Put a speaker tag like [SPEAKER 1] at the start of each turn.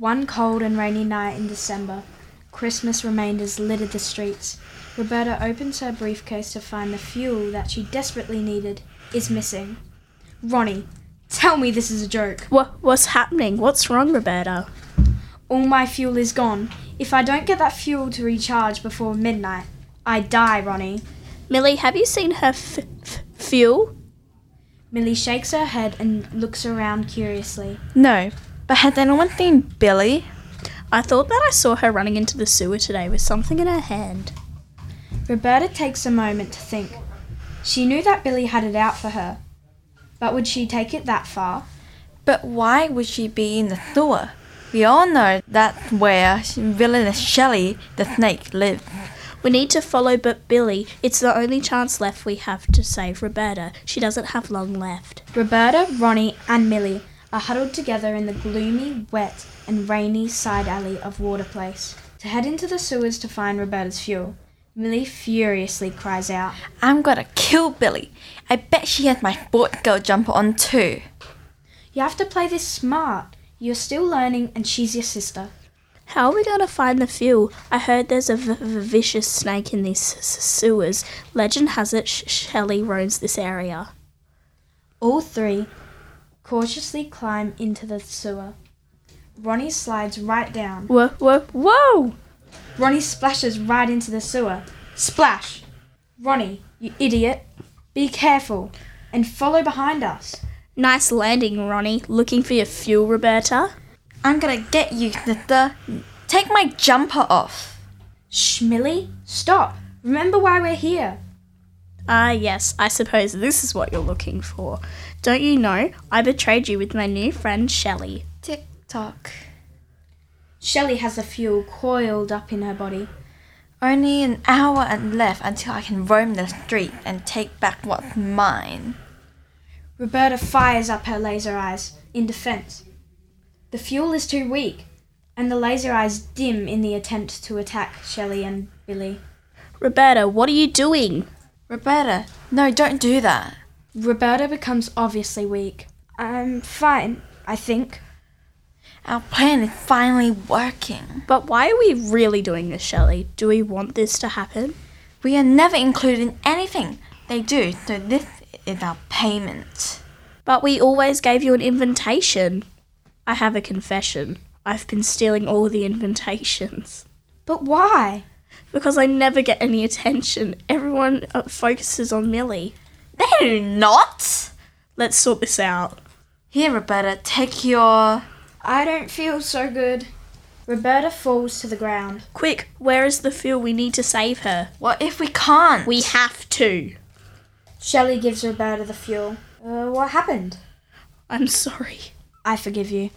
[SPEAKER 1] One cold and rainy night in December, Christmas remainders littered the streets. Roberta opens her briefcase to find the fuel that she desperately needed is missing. Ronnie, tell me this is a joke.
[SPEAKER 2] What, what's happening? What's wrong, Roberta?
[SPEAKER 1] All my fuel is gone. If I don't get that fuel to recharge before midnight, I die, Ronnie.
[SPEAKER 2] Millie, have you seen her f- f- fuel?
[SPEAKER 1] Millie shakes her head and looks around curiously.
[SPEAKER 3] No, but has anyone seen Billy?
[SPEAKER 2] I thought that I saw her running into the sewer today with something in her hand.
[SPEAKER 1] Roberta takes a moment to think. She knew that Billy had it out for her, but would she take it that far?
[SPEAKER 3] But why would she be in the sewer? We all know that's where villainous Shelley the snake lives.
[SPEAKER 2] We need to follow but Billy. It's the only chance left we have to save Roberta. She doesn't have long left.
[SPEAKER 1] Roberta, Ronnie, and Millie are huddled together in the gloomy, wet, and rainy side alley of Waterplace to head into the sewers to find Roberta's fuel. Millie furiously cries out.
[SPEAKER 3] I'm gonna kill Billy. I bet she has my sports girl jumper on too.
[SPEAKER 1] You have to play this smart. You're still learning, and she's your sister.
[SPEAKER 2] How are we going to find the fuel? I heard there's a v- v- vicious snake in these s- s- sewers. Legend has it Sh- Shelley roams this area.
[SPEAKER 1] All three cautiously climb into the sewer. Ronnie slides right down.
[SPEAKER 2] Whoa, whoa, whoa!
[SPEAKER 1] Ronnie splashes right into the sewer. Splash! Ronnie, you idiot! Be careful and follow behind us.
[SPEAKER 2] Nice landing, Ronnie. Looking for your fuel, Roberta?
[SPEAKER 3] I'm gonna get you, sister. Take my jumper off.
[SPEAKER 1] Shh, Millie, stop. Remember why we're here.
[SPEAKER 2] Ah, yes, I suppose this is what you're looking for. Don't you know? I betrayed you with my new friend, Shelley.
[SPEAKER 3] Tick tock.
[SPEAKER 1] Shelley has the fuel coiled up in her body.
[SPEAKER 3] Only an hour and left until I can roam the streets and take back what's mine.
[SPEAKER 1] Roberta fires up her laser eyes in defense. The fuel is too weak, and the laser eyes dim in the attempt to attack Shelley and Billy.
[SPEAKER 2] Roberta, what are you doing?
[SPEAKER 3] Roberta, no, don't do that.
[SPEAKER 1] Roberta becomes obviously weak. I'm fine, I think.
[SPEAKER 3] Our plan is finally working.
[SPEAKER 2] But why are we really doing this, Shelley? Do we want this to happen?
[SPEAKER 3] We are never included in anything they do, so this is our payment.
[SPEAKER 2] But we always gave you an invitation. I have a confession. I've been stealing all the invitations.
[SPEAKER 1] But why?
[SPEAKER 2] Because I never get any attention. Everyone uh, focuses on Millie.
[SPEAKER 3] They do not!
[SPEAKER 2] Let's sort this out.
[SPEAKER 3] Here, Roberta, take your.
[SPEAKER 1] I don't feel so good. Roberta falls to the ground.
[SPEAKER 2] Quick, where is the fuel? We need to save her.
[SPEAKER 3] What if we can't?
[SPEAKER 2] We have to.
[SPEAKER 1] Shelley gives Roberta the fuel. Uh, what happened?
[SPEAKER 2] I'm sorry.
[SPEAKER 1] I forgive you.